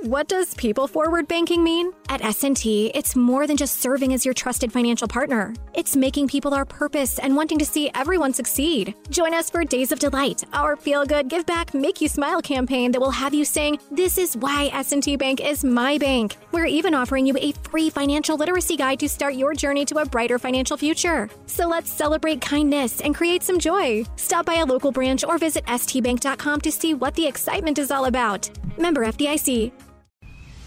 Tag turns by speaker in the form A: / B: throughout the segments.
A: What does people forward banking mean?
B: At S&T, it's more than just serving as your trusted financial partner. It's making people our purpose and wanting to see everyone succeed. Join us for Days of Delight, our feel-good, give-back, make-you-smile campaign that will have you saying, this is why S&T Bank is my bank. We're even offering you a free financial literacy guide to start your journey to a brighter financial future. So let's celebrate kindness and create some joy. Stop by a local branch or visit stbank.com to see what the excitement is all about. Member FDIC.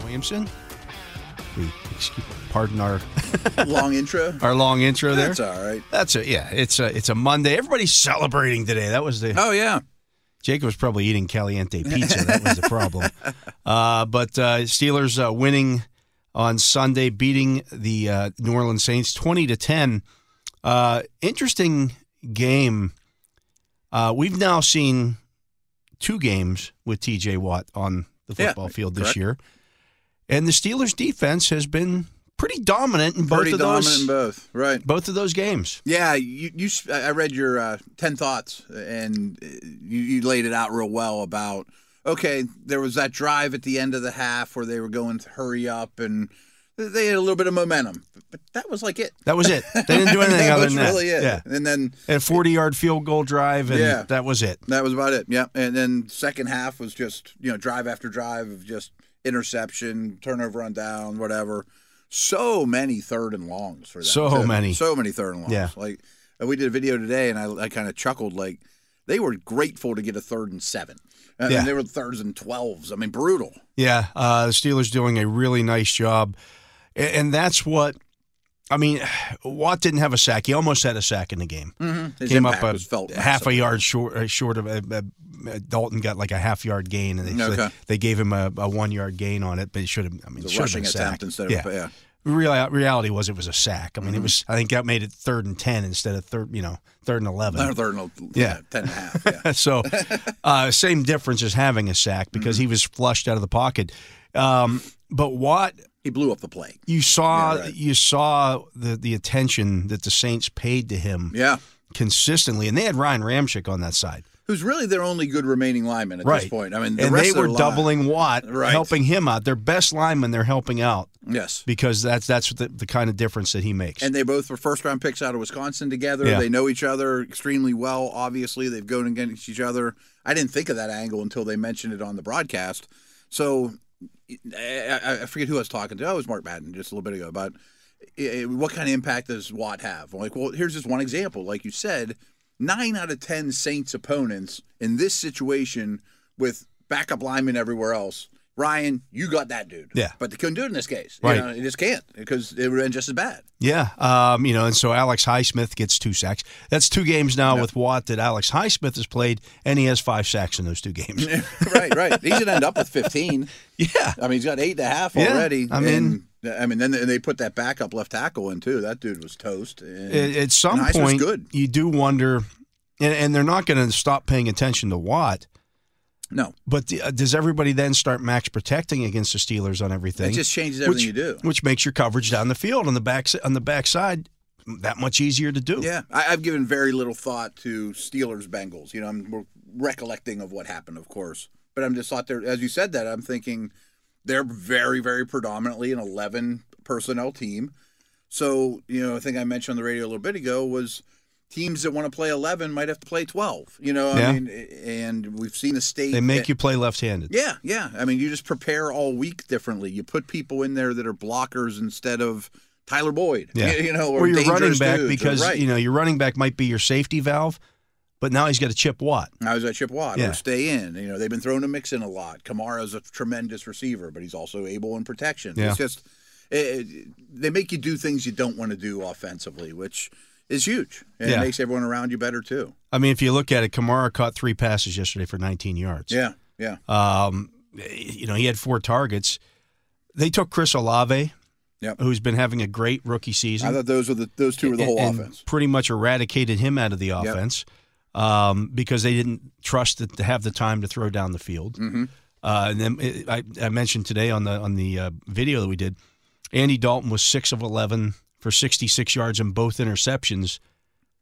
C: Williamson. We excuse, pardon our
D: Long intro.
C: our long intro there.
D: That's all right.
C: That's a yeah. It's a it's a Monday. Everybody's celebrating today. That was the
D: Oh yeah.
C: Jacob was probably eating caliente pizza. That was the problem. uh, but uh, Steelers uh, winning on Sunday, beating the uh, New Orleans Saints twenty to ten. Uh, interesting game. Uh, we've now seen two games with T.J. Watt on the
D: Yeah,
C: football field this
D: correct.
C: year, and the Steelers' defense has been pretty dominant in both
D: Pretty
C: of
D: dominant
C: those
D: in both. Right.
C: both of those games.
D: Yeah, you, you s- I I read your uh, 10 thoughts and uh, you, you laid it out real well about okay, there was that drive at the end of the half where they were going to hurry up and they had a little bit of momentum, but that was like it.
C: That was it. They didn't do anything
D: that
C: other
D: was
C: than
D: really
C: that.
D: it.
C: Yeah.
D: And then
C: a 40 yard field goal drive, and
D: Yeah.
C: that was it.
D: that was about it. Yeah. And then second half was just, you know, drive after drive of just interception, turnover on down, whatever. So many third and longs for that.
C: So many.
D: So many third and longs.
C: Yeah.
D: Like uh, we did a video today and I, I kind of chuckled like they were grateful to get a third and seven. I
C: Yeah.
D: mean, they were thirds and 12s. I mean, brutal.
C: Yeah, uh, the Steelers doing a really nice job, A- and that's what I mean. Watt didn't have a sack; he almost had a sack in the game.
D: His
C: Came up
D: impact
C: a,
D: was felt.
C: half a
D: massive.
C: yard short, uh, short of uh, uh, Dalton got like a half yard gain, and they so
D: Okay.
C: they gave him a, a one yard gain on it, but it should have. I mean,
D: The
C: should have been
D: rushing
C: a sack.
D: attempt instead of
C: yeah.
D: yeah. Mm-hmm.
C: Real, uh, reality was it was a sack. I mean, it was. I think that made it third and ten instead of third. You know, third and eleven.
D: Not a third and yeah,
C: Yeah.
D: ten and a half. Yeah.
C: so uh, same difference as having a sack
D: Mm-hmm.
C: because he was flushed out of the pocket. Um, but Watt,
D: he blew up the play.
C: you saw
D: Yeah, right.
C: you saw the the attention that the Saints paid to him
D: Yeah.
C: consistently, and they had Ryan Ramchick on that side,
D: Who's really their only good remaining lineman at
C: right?
D: this point? I mean, the
C: and
D: rest
C: they
D: of their
C: were
D: line-
C: doubling Watt,
D: Right.
C: helping him out. Their best lineman, they're helping out
D: Yes.
C: because that's that's the, the kind of difference that he makes.
D: And they both were first round picks out of Wisconsin together.
C: Yeah.
D: They know each other extremely well, obviously. They've gone against each other. I didn't think of that angle until they mentioned it on the broadcast. So I, I- I forget who I was talking to. Oh, it was Mark Madden just a little bit ago about eh, what kind of impact does Watt have? I'm like, well, here's just one example. Like you said, nine out of 10 Saints opponents in this situation with backup linemen everywhere else. Ryan, you got that dude.
C: Yeah.
D: But they couldn't do it in this case. You
C: Right.
D: know, they just can't because it would have been just as bad.
C: Yeah, um, you know, and so Alex Highsmith gets two sacks. That's two games now with Watt that Alex Highsmith has played, and he has five sacks in those two games.
D: right, right. He's gonna end up with fifteen.
C: yeah,
D: I mean, he's got eight and a half
C: Yeah,
D: already.
C: I mean-
D: and, I mean, then they put that backup left tackle in too. That dude was toast. And,
C: at, at some
D: and Heiser's
C: point,
D: good.
C: you do wonder, and, and they're not going to stop paying attention to Watt.
D: No,
C: But the, uh, does everybody then start max protecting against the Steelers on everything?
D: it just changes everything
C: which,
D: you do.
C: which makes your coverage down the field on the back on the backside that much easier to do.
D: Yeah, I, I've given very little thought to Steelers Bengals. You know, I'm re- recollecting of what happened, of course, but I'm just thought there. As you said that, I'm thinking they're very, very predominantly an 11 personnel team. So you know, I think I mentioned on the radio a little bit ago was teams that want to play 11 might have to play 12. You know,
C: Yeah.
D: I mean, and we've seen the state
C: they make you play left-handed.
D: yeah, yeah. I mean, you just prepare all week differently. You put people in there that are blockers instead of Tyler Boyd.
C: Yeah.
D: you know, or,
C: or your running
D: dangerous
C: back
D: dudes, or-
C: because
D: right.
C: you know your running back might be your safety valve, But now he's got to chip Watt.
D: I was at Chip Watt
C: Yeah.
D: or stay in. You know, they've been throwing to mix in a lot. Kamara's a tremendous receiver, but he's also able in protection.
C: Yeah.
D: It's just it, it- they make you do things you don't want to do offensively, which is huge. And
C: Yeah.
D: it makes everyone around you better too.
C: I mean, if you look at it, Kamara caught three passes yesterday for 19 yards.
D: Yeah, yeah,
C: Um, you know, he had four targets. They took Chris Olave,
D: Yep.
C: who's been having a great rookie
D: I
C: season.
D: thought those were the those two were the whole
C: and
D: offense.
C: Pretty much eradicated him out of the offense um, because they didn't trust it to have the time to throw down the field.
D: Mhm.
C: Uh, and then it, I, I mentioned today on the on the uh, video that we did, Andy Dalton was six of 11 for 66 yards in both interceptions.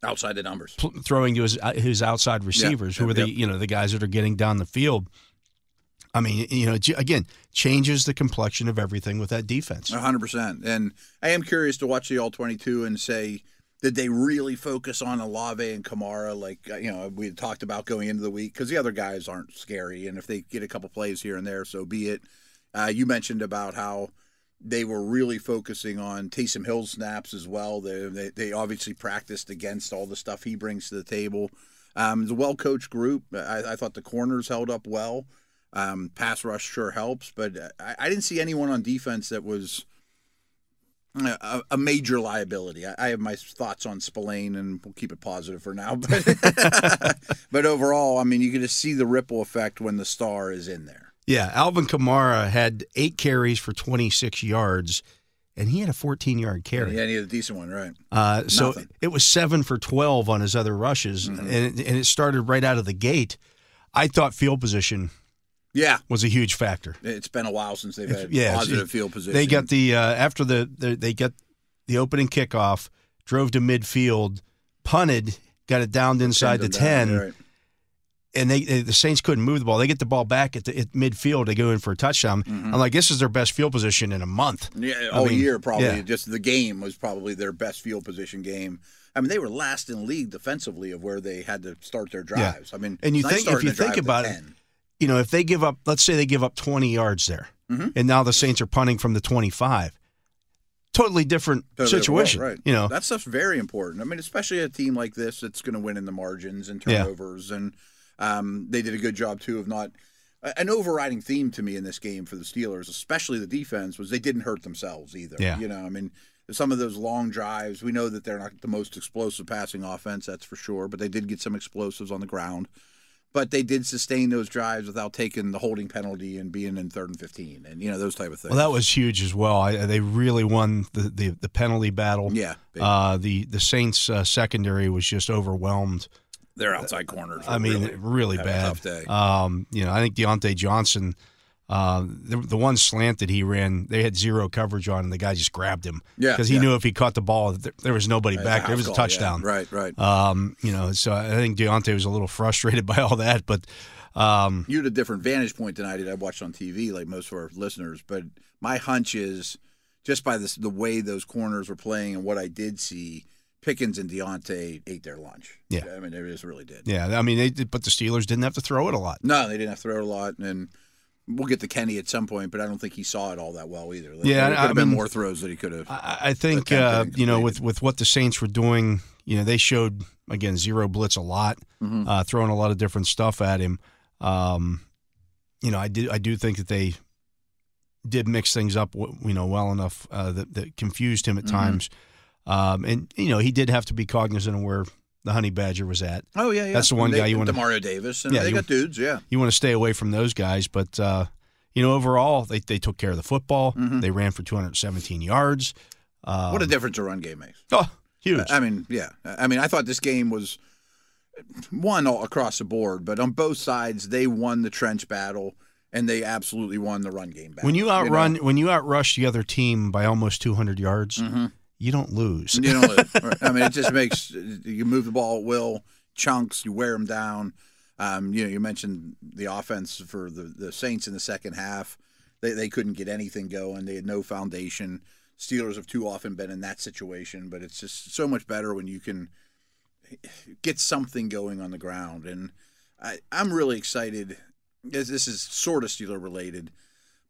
D: Outside the numbers,
C: pl- throwing to his his outside receivers, who are the you know the guys that are getting down the field. I mean, you know, j- again, changes the complexion of everything with that defense.
D: A hundred percent. And I am curious to watch the all twenty two and say. Did they really focus on Alave and Kamara like uh, you know we had talked about going into the week? Because the other guys aren't scary, and if they get a couple plays here and there, so be it. Uh, you mentioned about how they were really focusing on Taysom Hill snaps as well. They, they, they obviously practiced against all the stuff he brings to the table. Um, the well coached group, I, I thought the corners held up well. Um, pass rush sure helps, but I, I didn't see anyone on defense that was a, a- a major liability. I, I have my thoughts on Spillane, and we'll keep it positive for now. But, but overall, I mean, you can just see the ripple effect when the star is in there.
C: Yeah, Alvin Kamara had eight carries for 26 yards, and he had a 14 yard carry.
D: Yeah, he had a decent one, right?
C: Uh, so
D: Nothing. Mm-hmm.
C: it was seven for 12 on his other rushes, and, it, and it started right out of the gate. I thought field position
D: Yeah,
C: was a huge factor.
D: it's been a while since they've
C: It's-
D: had
C: yeah, it's-
D: positive
C: it's-
D: field position.
C: They got the uh, after the, the they got the opening kickoff, drove to midfield, punted, got it downed inside the
D: Turned them
C: ten,
D: down, right.
C: and they, they the Saints couldn't move the ball. They get the ball back at the at midfield. They go in for a touchdown.
D: Mm-hmm.
C: I'm like, this is their best field position in a month.
D: Yeah,
C: I
D: all
C: mean,
D: year probably.
C: yeah.
D: Just the game was probably their best field position game. I mean, they were last in league defensively of where they had to start their drives. I mean,
C: And you
D: it's nice
C: think- if
D: starting
C: you
D: a drive
C: think
D: at
C: about it,
D: 10.
C: You know, if they give up, let's say they give up 20 yards there,
D: Mm-hmm.
C: and now the Saints are punting from the 25. Totally different
D: Totally the world,
C: situation.
D: right?
C: You know,
D: that stuff's very important. I mean, especially a team like this that's going to win in the margins and
C: Yeah.
D: turnovers, and um, they did a good job too of not. a- An overriding theme to me in this game for the Steelers, especially the defense, was they didn't hurt themselves either.
C: Yeah.
D: You know, I mean, some of those long drives, we know that they're not the most explosive passing offense, that's for sure, but they did get some explosives on the ground. But they did sustain those drives without taking the holding penalty and being in third and 15 and, you know, those type of things.
C: well, that was huge as well. I, they really won the, the, the penalty battle.
D: yeah. They,
C: Uh, the the Saints uh, secondary was just overwhelmed.
D: their outside corners. were
C: Uh, I mean,
D: Oh,
C: really,
D: really, had a
C: bad.
D: tough day.
C: Um, you know, I think Deontay Johnson, uh, the, the one slant that he ran, they had zero coverage on, and the guy just grabbed him.
D: Yeah,
C: because he
D: yeah.
C: knew if he caught the ball, there, there was nobody
D: Right,
C: back.
D: house
C: There was a
D: call,
C: touchdown.
D: yeah. Right, right.
C: Um, you know, so I think Deontay was a little frustrated by all that, but um,
D: you had a different vantage point than I did. I watched on TV, like most of our listeners. But my hunch is, just by this, the way those corners were playing and what I did see, Pickens and Deontay ate their lunch.
C: Yeah.
D: I mean, they just really did.
C: yeah, I mean, they did, but the Steelers didn't have to throw it a lot.
D: No, they didn't have to throw a lot, and we'll get to Kenny at some point. But I don't think he saw it all that well either. Like,
C: Yeah,
D: there could
C: I
D: have been
C: mean-
D: more throws that he could have.
C: I, I think
D: attempt
C: uh,
D: and
C: you know with
D: completed.
C: with what the Saints were doing, you know they showed again zero blitz a lot,
D: Mm-hmm.
C: uh, throwing a lot of different stuff at him. Um, you know, I do I do think that they did mix things up, w- you know, well enough uh, that, that confused him at
D: Mm-hmm.
C: times. Um, and you know, he did have to be cognizant of where the honey badger was at.
D: Oh yeah, yeah.
C: That's the one
D: They-
C: guy you wanna-
D: Demario Davis. And
C: Yeah,
D: they
C: you-
D: got dudes. Yeah,
C: You want to stay away from those guys, but uh, you know, overall they they took care of the football. They ran for 217 yards. Um,
D: Mm-hmm. what a difference a run game makes.
C: oh, huge.
D: I mean, yeah. I mean, I thought this game was one all across the board, but on both sides, they won the trench battle and they absolutely won the run game battle.
C: When you
D: know?
C: outrun, when you outrush the other team by almost 200 yards,
D: Mm-hmm.
C: you don't lose.
D: You know, I mean, it just makes you move the ball at will, chunks, you wear them down. Um, you know, you mentioned the offense for the, the Saints in the second half. They, they couldn't get anything going. They had no foundation. Steelers have too often been in that situation, but it's just so much better when you can get something going on the ground. And I, I'm really excited. This, this is sort of Steeler related,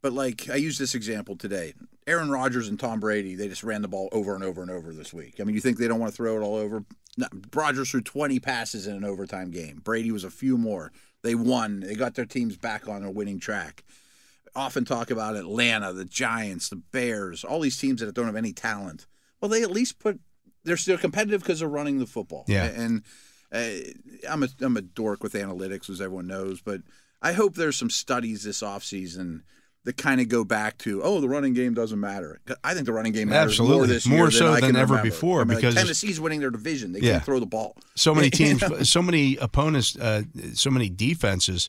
D: but like I used this example today. Aaron Rodgers and Tom Brady, they just ran the ball over and over and over this week. I mean, you think they don't want to throw it all over? No, Rodgers threw 20 passes in an overtime game. Brady was a few more. They won. They got their teams back on a winning track. Often talk about Atlanta, the Giants, the Bears, all these teams that don't have any talent. Well, they at least put they're still competitive because they're running the football.
C: Yeah.
D: And uh, I'm a I'm a dork with analytics, as everyone knows, but I hope there's some studies this offseason that kind of go back to, oh, the running game doesn't matter. 'Cause I think the running game matters more
C: Absolutely.
D: this
C: More
D: year
C: so
D: than, I
C: than
D: can
C: ever
D: remember.
C: before,
D: I mean, like,
C: because-
D: Tennessee's winning their division. They
C: Yeah.
D: can't throw the ball.
C: so many teams, so many opponents, uh, so many defenses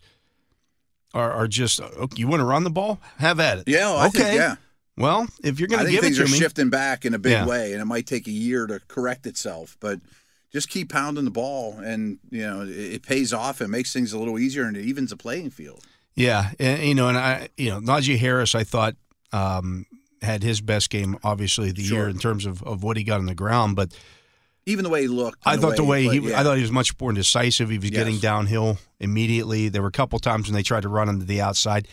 C: are, are just. "Oh, You want to run the ball? Have at it.
D: Yeah, well, I
C: okay.
D: think, yeah.
C: Well, if you're
D: I
C: going to
D: think
C: give it
D: things
C: to
D: are
C: me,
D: shifting back in a big
C: Yeah.
D: way, and it might take a year to correct itself. But just keep pounding the ball, and you know it, it pays off. It makes things a little easier, and it evens the playing field.
C: yeah, and, you know, and I, you know, Najee Harris, I thought um, had his best game, obviously of the
D: Sure.
C: year in terms of, of what he got on the ground, but
D: Even the way he looked,
C: I
D: and
C: thought the way he,
D: played, yeah.
C: I thought he was much more decisive. He was getting
D: Yes.
C: downhill immediately. There were a couple times when they tried to run him to the outside.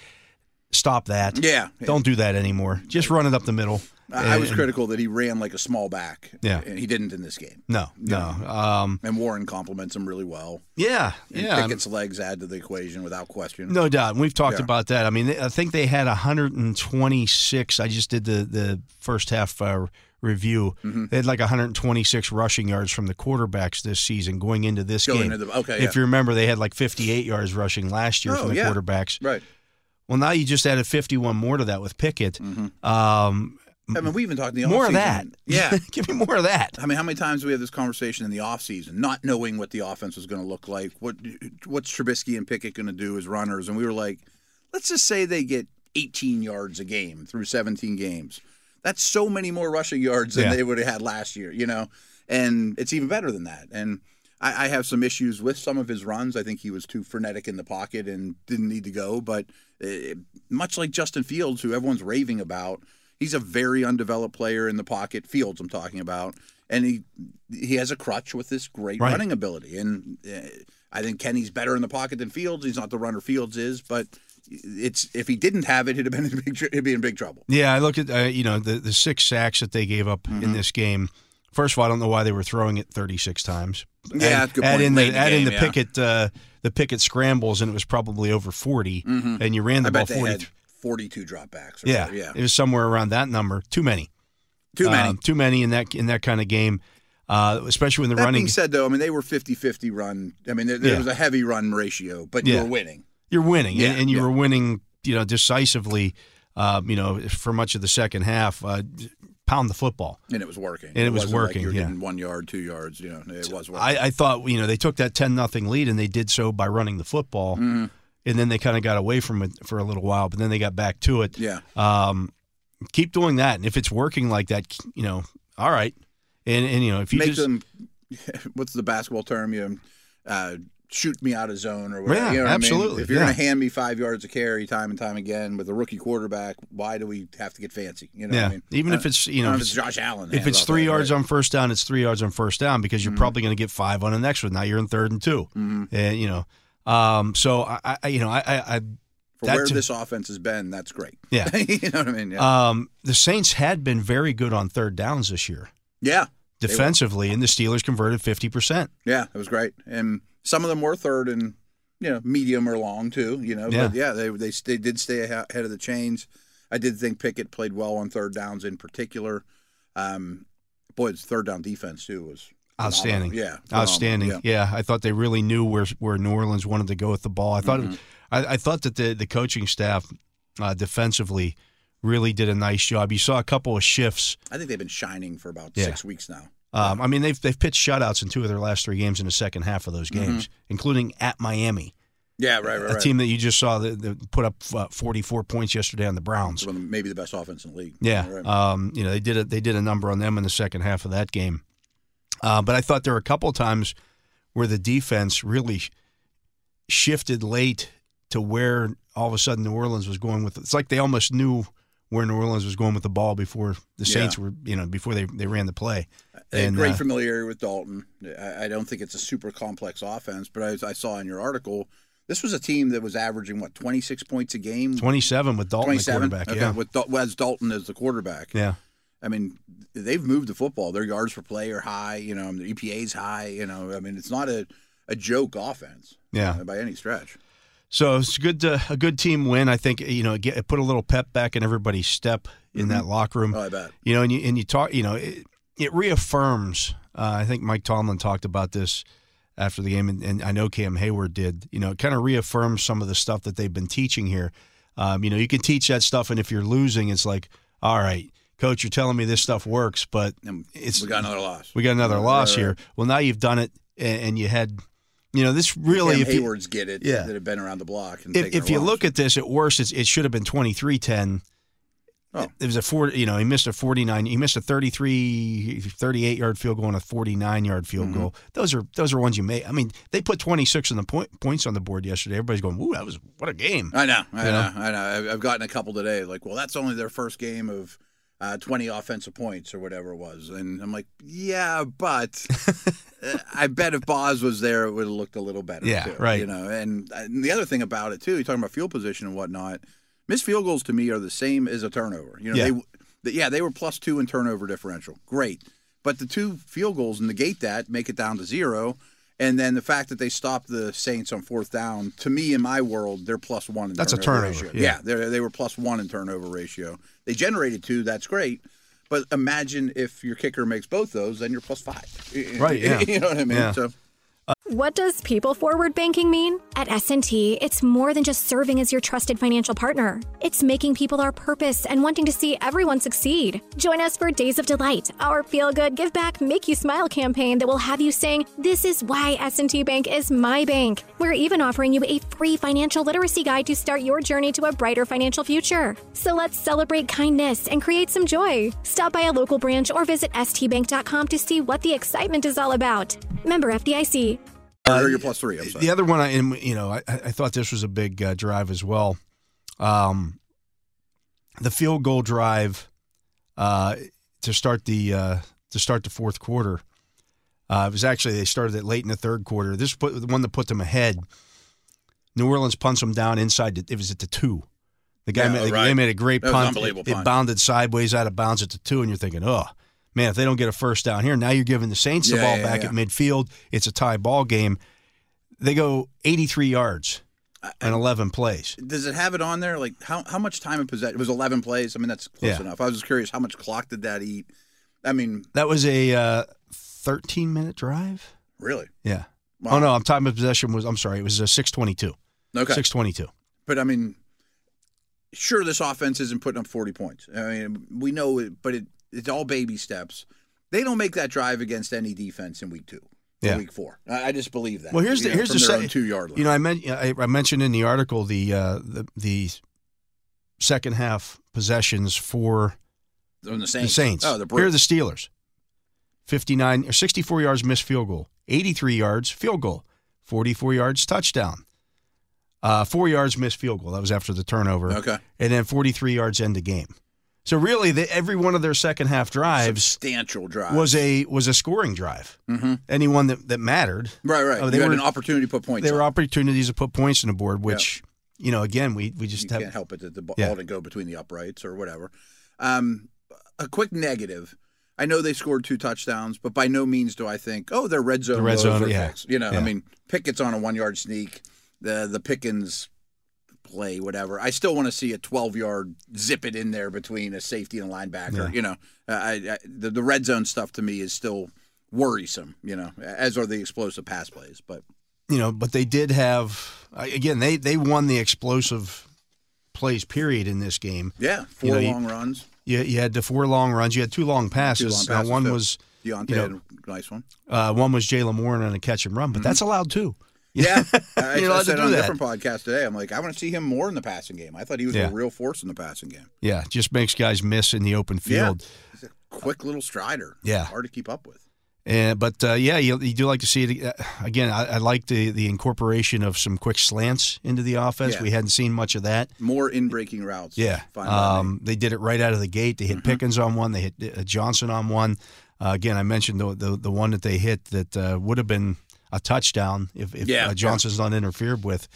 C: Stop that.
D: yeah,
C: Don't do that anymore. Just run it up the middle.
D: I, I was
C: And-
D: critical that he ran like a small back.
C: Yeah.
D: and he didn't in this game.
C: No, no. Um,
D: And Warren compliments him really well.
C: yeah,
D: And
C: yeah.
D: Pickett's legs add to the equation without question.
C: No doubt. And we've talked
D: Yeah.
C: about that. I mean, I think they had 126. I just did the, the first half uh, review.
D: Mm-hmm.
C: They had like 126 rushing yards from the quarterbacks this season going into this
D: Going
C: game.
D: into the- okay,
C: If
D: yeah.
C: you remember, they had like 58 yards rushing last year
D: Oh,
C: from the
D: yeah.
C: quarterbacks.
D: Right.
C: Well, now you just added 51 more to that with Pickett.
D: Mm-hmm.
C: Um,
D: I mean, we even talked in the
C: more
D: offseason.
C: of that.
D: Yeah.
C: Give me more of that.
D: I mean, how many times do we have this conversation in the offseason, not knowing what the offense was going to look like? What what's Trubisky and Pickett going to do as runners? And we were like, let's just say they get 18 yards a game through 17 games. That's so many more rushing yards than
C: Yeah.
D: they would have had last year, you know. And it's even better than that. And I, I have some issues with some of his runs. I think he was too frenetic in the pocket and didn't need to go. But eh, much like Justin Fields, who everyone's raving about, he's a very undeveloped player in the pocket. Fields, I'm talking about, and he he has a crutch with this great
C: Right.
D: running ability. And eh, I think Kenny's better in the pocket than Fields. He's not the runner Fields is, but it's if he didn't have it, he'd have been in big tr- he'd be in big trouble.
C: Yeah, I look at uh, you know the the six sacks that they gave up
D: Mm-hmm.
C: in this game. First of all, I don't know why they were throwing it 36 times.
D: Yeah,
C: add,
D: that's a good
C: add
D: point.
C: in
D: Late
C: the,
D: in the
C: add in
D: game,
C: the
D: yeah.
C: picket uh, the picket scrambles, and it was probably over 40. And you ran the
D: Mm-hmm. I
C: ball
D: bet they
C: 40.
D: had 42 dropbacks. Or
C: yeah,
D: so, yeah,
C: it was somewhere around that number. Too many.
D: too many.
C: Um, too many in that in that kind of game, uh, especially when the
D: that
C: running.
D: being said, though, I mean they were 50-50 run. I mean there, there
C: Yeah.
D: was a heavy run ratio, but
C: Yeah.
D: you were winning.
C: you're winning,
D: Yeah,
C: and, and you
D: yeah.
C: were winning, you know, decisively. Uh, you know, for much of the second half, uh, pound the football.
D: And it was working.
C: And it was
D: wasn't like
C: working,
D: you were
C: yeah.
D: getting one yard, two yards. You know, it was working.
C: I, I thought you know they took that ten nothing lead and they did so by running the football,
D: Mm-hmm.
C: and then they kind of got away from it for a little while, but then they got back to it.
D: yeah,
C: Um, keep doing that, and if it's working like that, you know, all right, and and you know if you
D: make
C: just
D: them. What's the basketball term? You uh, shoot me out of zone or whatever.
C: Yeah,
D: you know what I mean?
C: absolutely,
D: If you're going
C: yeah.
D: to hand me five yards of carry time and time again with a rookie quarterback, why do we have to get fancy? You know,
C: yeah,
D: what I mean?
C: even
D: Uh,
C: if it's
D: I
C: you
D: don't
C: know
D: if it's Josh Allen,
C: if it's three yards on first down, it's three yards on first down because
D: Mm-hmm.
C: you're probably going to get five on the next one. Now you're in third and 2 and you know, um, so I, I you know I, I, I
D: for
C: that
D: where
C: to-
D: this offense has been, that's great.
C: Yeah.
D: you know what I mean. Yeah,
C: um, the Saints had been very good on third downs this year
D: yeah, They were.
C: defensively, and the Steelers converted fifty percent.
D: Yeah, it was great. And some of them were third and you know medium or long too. You know,
C: Yeah.
D: but yeah, they they, they did stay ahe- ahead of the chains. I did think Pickett played well on third downs in particular. Um, boy, his third down defense too was phenomenal.
C: Outstanding.
D: Yeah, phenomenal.
C: Outstanding.
D: Yeah.
C: Yeah. I thought they really knew where where New Orleans wanted to go with the ball. I thought
D: Mm-hmm.
C: it, I, I thought that the the coaching staff uh, defensively really did a nice job. You saw a couple of shifts.
D: I think they've been shining for about six weeks now.
C: Um, I mean, they've they've pitched shutouts in two of their last three games in the second half of those games, including at Miami,
D: Yeah, right, Mm-hmm. right,
C: a
D: right.
C: team that you just saw that, that put up uh, 44 points yesterday on the Browns.
D: It's one of maybe the best offense in the league.
C: Yeah,
D: Right.
C: um, you know they did a, they did a number on them in the second half of that game, uh, but I thought there were a couple of times where the defense really sh- shifted late to where all of a sudden New Orleans was going with. It's like they almost knew where New Orleans was going with the ball before the
D: Yeah.
C: Saints were, you know, before they, they ran the play.
D: They had
C: And,
D: great
C: uh,
D: familiarity with Dalton. I, I don't think it's a super complex offense, but I, I saw in your article This was a team that was averaging what 26 points a game,
C: 27 with Dalton, the
D: 27?
C: quarterback.
D: Okay,
C: yeah.
D: with Dal- Wes Dalton as the quarterback.
C: yeah.
D: I mean, they've moved the football. Their yards per play are high. You know, their E EPA's high. You know, I mean, it's not a, a joke offense
C: Yeah.
D: uh, by any stretch.
C: So it's good to, a good team win. I think you know it get, it put a little pep back in everybody's step in that locker room.
D: Oh, I bet.
C: You know, and you and you talk. You know, it, it reaffirms. Uh, I think Mike Tomlin talked about this after the game, and, and I know Cam Hayward did. You know, it kind of reaffirms some of the stuff that they've been teaching here. Um, you know, you can teach that stuff, and if you're losing, it's like, all right, coach, you're telling me this stuff works, but
D: And
C: it's
D: we got another loss.
C: we got another
D: Right,
C: loss
D: right,
C: here.
D: right.
C: Well, now you've done it, and, and you had, you know, this really
D: Cam
C: if you,
D: Hayward's get it
C: Yeah.
D: that have been around the block. And
C: if,
D: taken
C: if
D: a
C: you
D: loss.
C: look at this, at worst, it's, it should have been 23 10.
D: Oh.
C: It was a four, you know, he missed a 49, he missed a 33, 38 yard field goal and a 49 yard field goal. Those are, those are ones you may, I mean, they put 26 on the point, points on the board yesterday. Everybody's going, ooh, that was, what a game.
D: I know, I
C: You know?
D: know, I know. I've- I've gotten a couple today. Like, well, that's only their first game of uh, 20 offensive points or whatever it was, and I'm like, yeah, but uh, I bet if Boz was there, it would have looked a little better.
C: Yeah,
D: too,
C: right.
D: You know, and, and the other thing about it too, you're talking about field position and whatnot. Missed field goals to me are the same as a turnover. You know,
C: Yeah.
D: they they, yeah, they were plus two in turnover differential. Great, but the two field goals negate that, make it down to zero. And then the fact that they stopped the Saints on fourth down, to me in my world, they're plus one in
C: That's a turnover,
D: ratio.
C: yeah.
D: Yeah, they're- they were plus one in turnover ratio. They generated two. That's great. But imagine if your kicker makes both those, then you're plus five.
C: Right, yeah.
D: you know what I mean?
C: Yeah.
D: So
B: What does people forward banking mean? At S&T, it's more than just serving as your trusted financial partner. It's making people our purpose and wanting to see everyone succeed. Join us for Days of Delight, our feel good, give back, make you smile campaign that will have you saying, "This is why S&T Bank is my bank." We're even offering you a free financial literacy guide to start your journey to a brighter financial future. So let's celebrate kindness and create some joy. Stop by a local branch or visit stbank.com to see what the excitement is all about. Member FDIC.
C: Uh,
D: or you're plus three. I'm sorry.
C: The other one, I, and, you know, I, I thought this was a big uh, drive as well. Um, the field goal drive uh, to start the uh, to start the fourth quarter. Uh, it was actually they started it late in the third quarter. This put the one that put them ahead. New Orleans punts them down inside. The, it was at the two. The guy
D: Yeah,
C: made, the,
D: right.
C: they made a great
D: That was an
C: punt.
D: unbelievable
C: It- it
D: punt.
C: bounded sideways out of bounds at the two, and you're thinking, oh man, if they don't get a first down here, now you're giving the Saints the
D: Yeah,
C: ball
D: yeah,
C: back
D: yeah.
C: at midfield. It's a tie ball game they go 83 yards on 11 plays.
D: Does it have it on there? Like how how much time in possession? It was 11 plays. I mean, that's close
C: Yeah.
D: enough. I was just curious, how much clock did that eat? I mean,
C: That was a uh, 13 minute drive.
D: really?
C: Yeah.
D: Wow.
C: Oh no, I'm time of possession was I'm sorry, it was a 622.
D: Okay.
C: 622.
D: But I mean, sure, this offense isn't putting up 40 points. I mean, we know it, but it, it's all baby steps. They don't make that drive against any defense in week two,
C: Yeah.
D: or week four. I, I just believe that.
C: Well, here's the
D: you know,
C: here's
D: from
C: the
D: their
C: se-
D: own two yard line.
C: You know, I, men- I I mentioned in the article the uh, the the second half possessions for
D: on the Saints.
C: the Saints.
D: Oh, the
C: Here are
D: Brewers.
C: the Steelers. 59 or 64 yards missed field goal, 83 yards field goal, 44 yards touchdown. Uh, 4 yards missed field goal. That was after the turnover.
D: okay.
C: and then 43 yards end the game. So really, the, every one of their second half drives
D: Substantial drive.
C: was a was a scoring drive. Mm-hmm. Anyone that that mattered,
D: right, right.
C: Oh,
D: they
C: they
D: you had
C: were-
D: an opportunity to put points.
C: there were
D: up.
C: opportunities to put points on the board, which you know, again, we we
D: you
C: just
D: can't
C: have
D: help it that the ball
C: Yeah.
D: didn't go between the uprights or whatever. Um, a quick negative. I know they scored two touchdowns, but by no means do I think, oh, they're red zone.
C: The red
D: woes
C: zone,
D: are
C: yeah.
D: fixed. You know,
C: Yeah.
D: I mean, Pickett's on a one yard sneak. The the Pickens play, whatever. I still want to see a 12 yard zip it in there between a safety and a
C: Yeah.
D: linebacker. You know, Uh, I, I, the, the red zone stuff to me is still worrisome. You know, as are the explosive pass plays. But
C: you know, but they did have I- again. They they won the explosive plays period in this game.
D: yeah,
C: You
D: four
C: know, you-
D: long runs.
C: You, you had the four long runs. You had two long passes.
D: long
C: Now,
D: passes,
C: one
D: too.
C: was
D: Deontay
C: you know-
D: had a nice one.
C: uh, one was Jalen Warren on a catch and
D: Mm-hmm.
C: run, but that's allowed too.
D: Yeah, I,
C: You're allowed
D: I
C: to
D: said
C: do
D: on a
C: that.
D: different podcast today. I'm like, I want to see him more in the passing game. I thought he was
C: Yeah.
D: a real force in the passing game.
C: Yeah, just makes guys miss in the open
D: Yeah.
C: field.
D: Quick little strider.
C: Yeah.
D: hard to keep up with.
C: And but uh, yeah, you, you do like to see it uh, again. I, I like the the incorporation of some quick slants into the offense.
D: Yeah.
C: We hadn't seen much of that.
D: More in breaking routes.
C: Yeah,
D: Fine by me.
C: um, they did it right out of the gate. They hit
D: Mm-hmm.
C: Pickens on one. They hit uh, Johnson on one. Uh, again, I mentioned the, the the one that they hit that uh, would have been a touchdown if, if
D: Yeah,
C: uh,
D: yeah.
C: Johnson's not interfered with.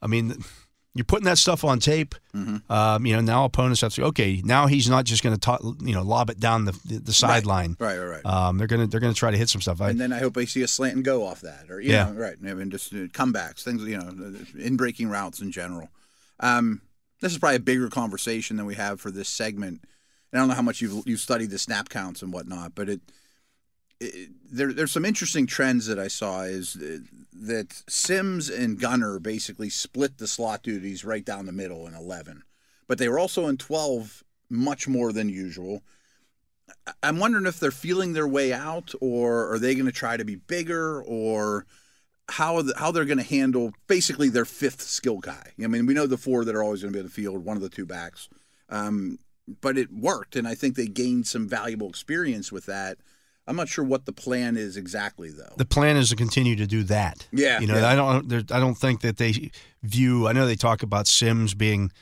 C: I mean, you're putting that stuff on tape.
D: Mm-hmm.
C: Um, you know, now opponents have to okay. Now he's not just going to you know lob it down the the, the sideline.
D: Right, right, right.
C: Um, they're gonna they're gonna try to hit some stuff. I,
D: and then I hope I see a slant and go off that, or you
C: Yeah.
D: know, right? I mean, just uh, comebacks, things, you know, uh, in breaking routes in general. Um, this is probably a bigger conversation than we have for this segment. And I don't know how much you've you've studied the snap counts and whatnot, but it, it there there's some interesting trends that I saw is uh, that Sims and Gunner basically split the slot duties right down the middle in 11, but they were also in 12 much more than usual. I'm wondering if they're feeling their way out, or are they going to try to be bigger, or how the, how they're going to handle basically their fifth skill guy. I mean, we know the four that are always going to be on the field, one of the two backs. Um, but it worked, and I think they gained some valuable experience with that. I'm not sure what the plan is exactly, though.
C: the plan is to continue to do that.
D: Yeah,
C: you know,
D: yeah.
C: I don't there- I don't think that they view. I know they talk about Sims being,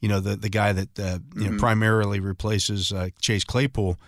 C: you know, the the guy that uh, you
D: Mm-hmm.
C: know, primarily replaces uh, Chase Claypool,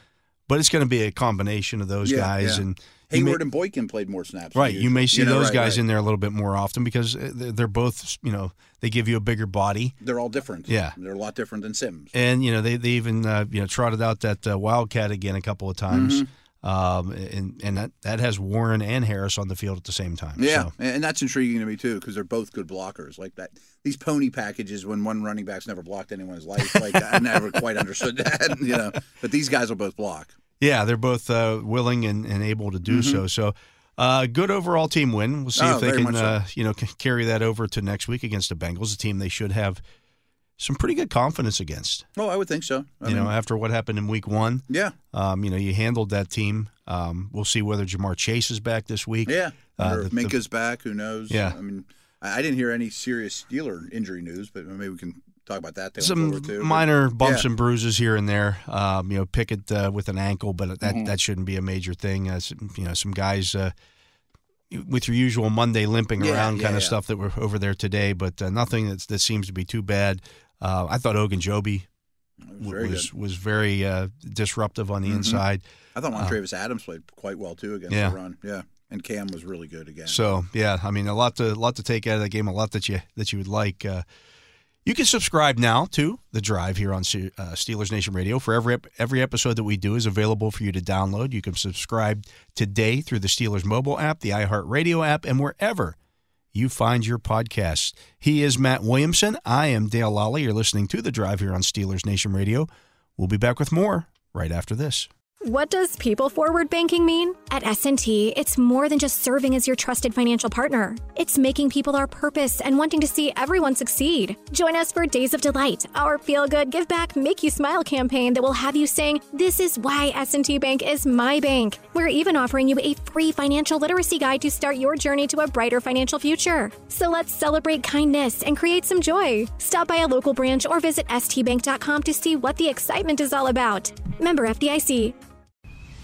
C: but it's going to be a combination of those
D: Yeah,
C: guys
D: yeah.
C: and. you may-
D: Hayward and Boykin played more snaps. than
C: Right, you
D: usual.
C: may see
D: know,
C: those
D: right,
C: guys
D: right.
C: in there a little bit more often because uh, they're they're both, you know, they give you a bigger body,
D: They're all different.
C: Yeah.
D: they're a lot different than Sims.
C: and you know they they even uh, you know trotted out that uh, Wildcat again a couple of times,
D: Mm-hmm.
C: um, and and that that has Warren and Harris on the field at the same time.
D: Yeah,
C: so.
D: and and that's intriguing to me too because they're both good blockers. Like that, these pony packages when one running back's never blocked anyone's life. Like I never quite understood that, you know. But these guys will both block.
C: Yeah, they're both uh, willing and, and able to do so. So, uh, good overall team win. We'll see
D: Mm-hmm. Oh,
C: if they
D: very
C: can,
D: much so.
C: uh, you know, c- carry that over to next week against the Bengals, a team they should have some pretty good confidence against.
D: Oh, I would think so. I
C: you
D: mean,
C: know, after what happened in Week One,
D: yeah,
C: um, you know, you handled that team. Um, we'll see whether Jamar Chase is back this week.
D: yeah.
C: Uh,
D: or
C: the-
D: if Minka's back. Who knows?
C: Yeah.
D: I mean, I I didn't hear any serious Steeler injury news, but maybe we can talk about that. going
C: Some
D: forward, too. But-
C: minor bumps
D: yeah.
C: and bruises here and there. Um, you know, Pickett uh, with an ankle, but that
D: Mm-hmm.
C: that shouldn't be a major thing. Uh, some, you know, some guys uh, with your usual Monday limping
D: Yeah,
C: around
D: yeah,
C: kind of
D: yeah.
C: stuff that were over there today, but uh, nothing that's, that seems to be too bad. Uh, I thought Ogunjobi
D: It was
C: w-
D: very
C: was
D: good.
C: was very uh, disruptive on the
D: Mhm.
C: inside.
D: I thought Montrevis Adams played quite well too against
C: uh, Yeah.
D: the run. Yeah, and Cam was really good again.
C: So yeah, I mean a lot to lot to take out of that game. A lot that you that you would like. Uh, you can subscribe now to the Drive here on Se- uh, Steelers Nation Radio. For every ep- every episode that we do is available for you to download. You can subscribe today through the Steelers mobile app, the iHeartRadio app, and wherever you find your podcasts. He is Matt Williamson. I am Dale Lally. You're listening to the Drive here on Steelers Nation Radio. We'll be back with more right after this.
A: What does people forward banking mean?
B: At S&T, it's more than just serving as your trusted financial partner. It's making people our purpose and wanting to see everyone succeed. Join us for Days of Delight, our feel-good, give-back, make-you-smile campaign that will have you saying, this is why S&T Bank is my bank. We're even offering you a free financial literacy guide to start your journey to a brighter financial future. So let's celebrate kindness and create some joy. Stop by a local branch or visit stbank.com to see what the excitement is all about. Member FDIC.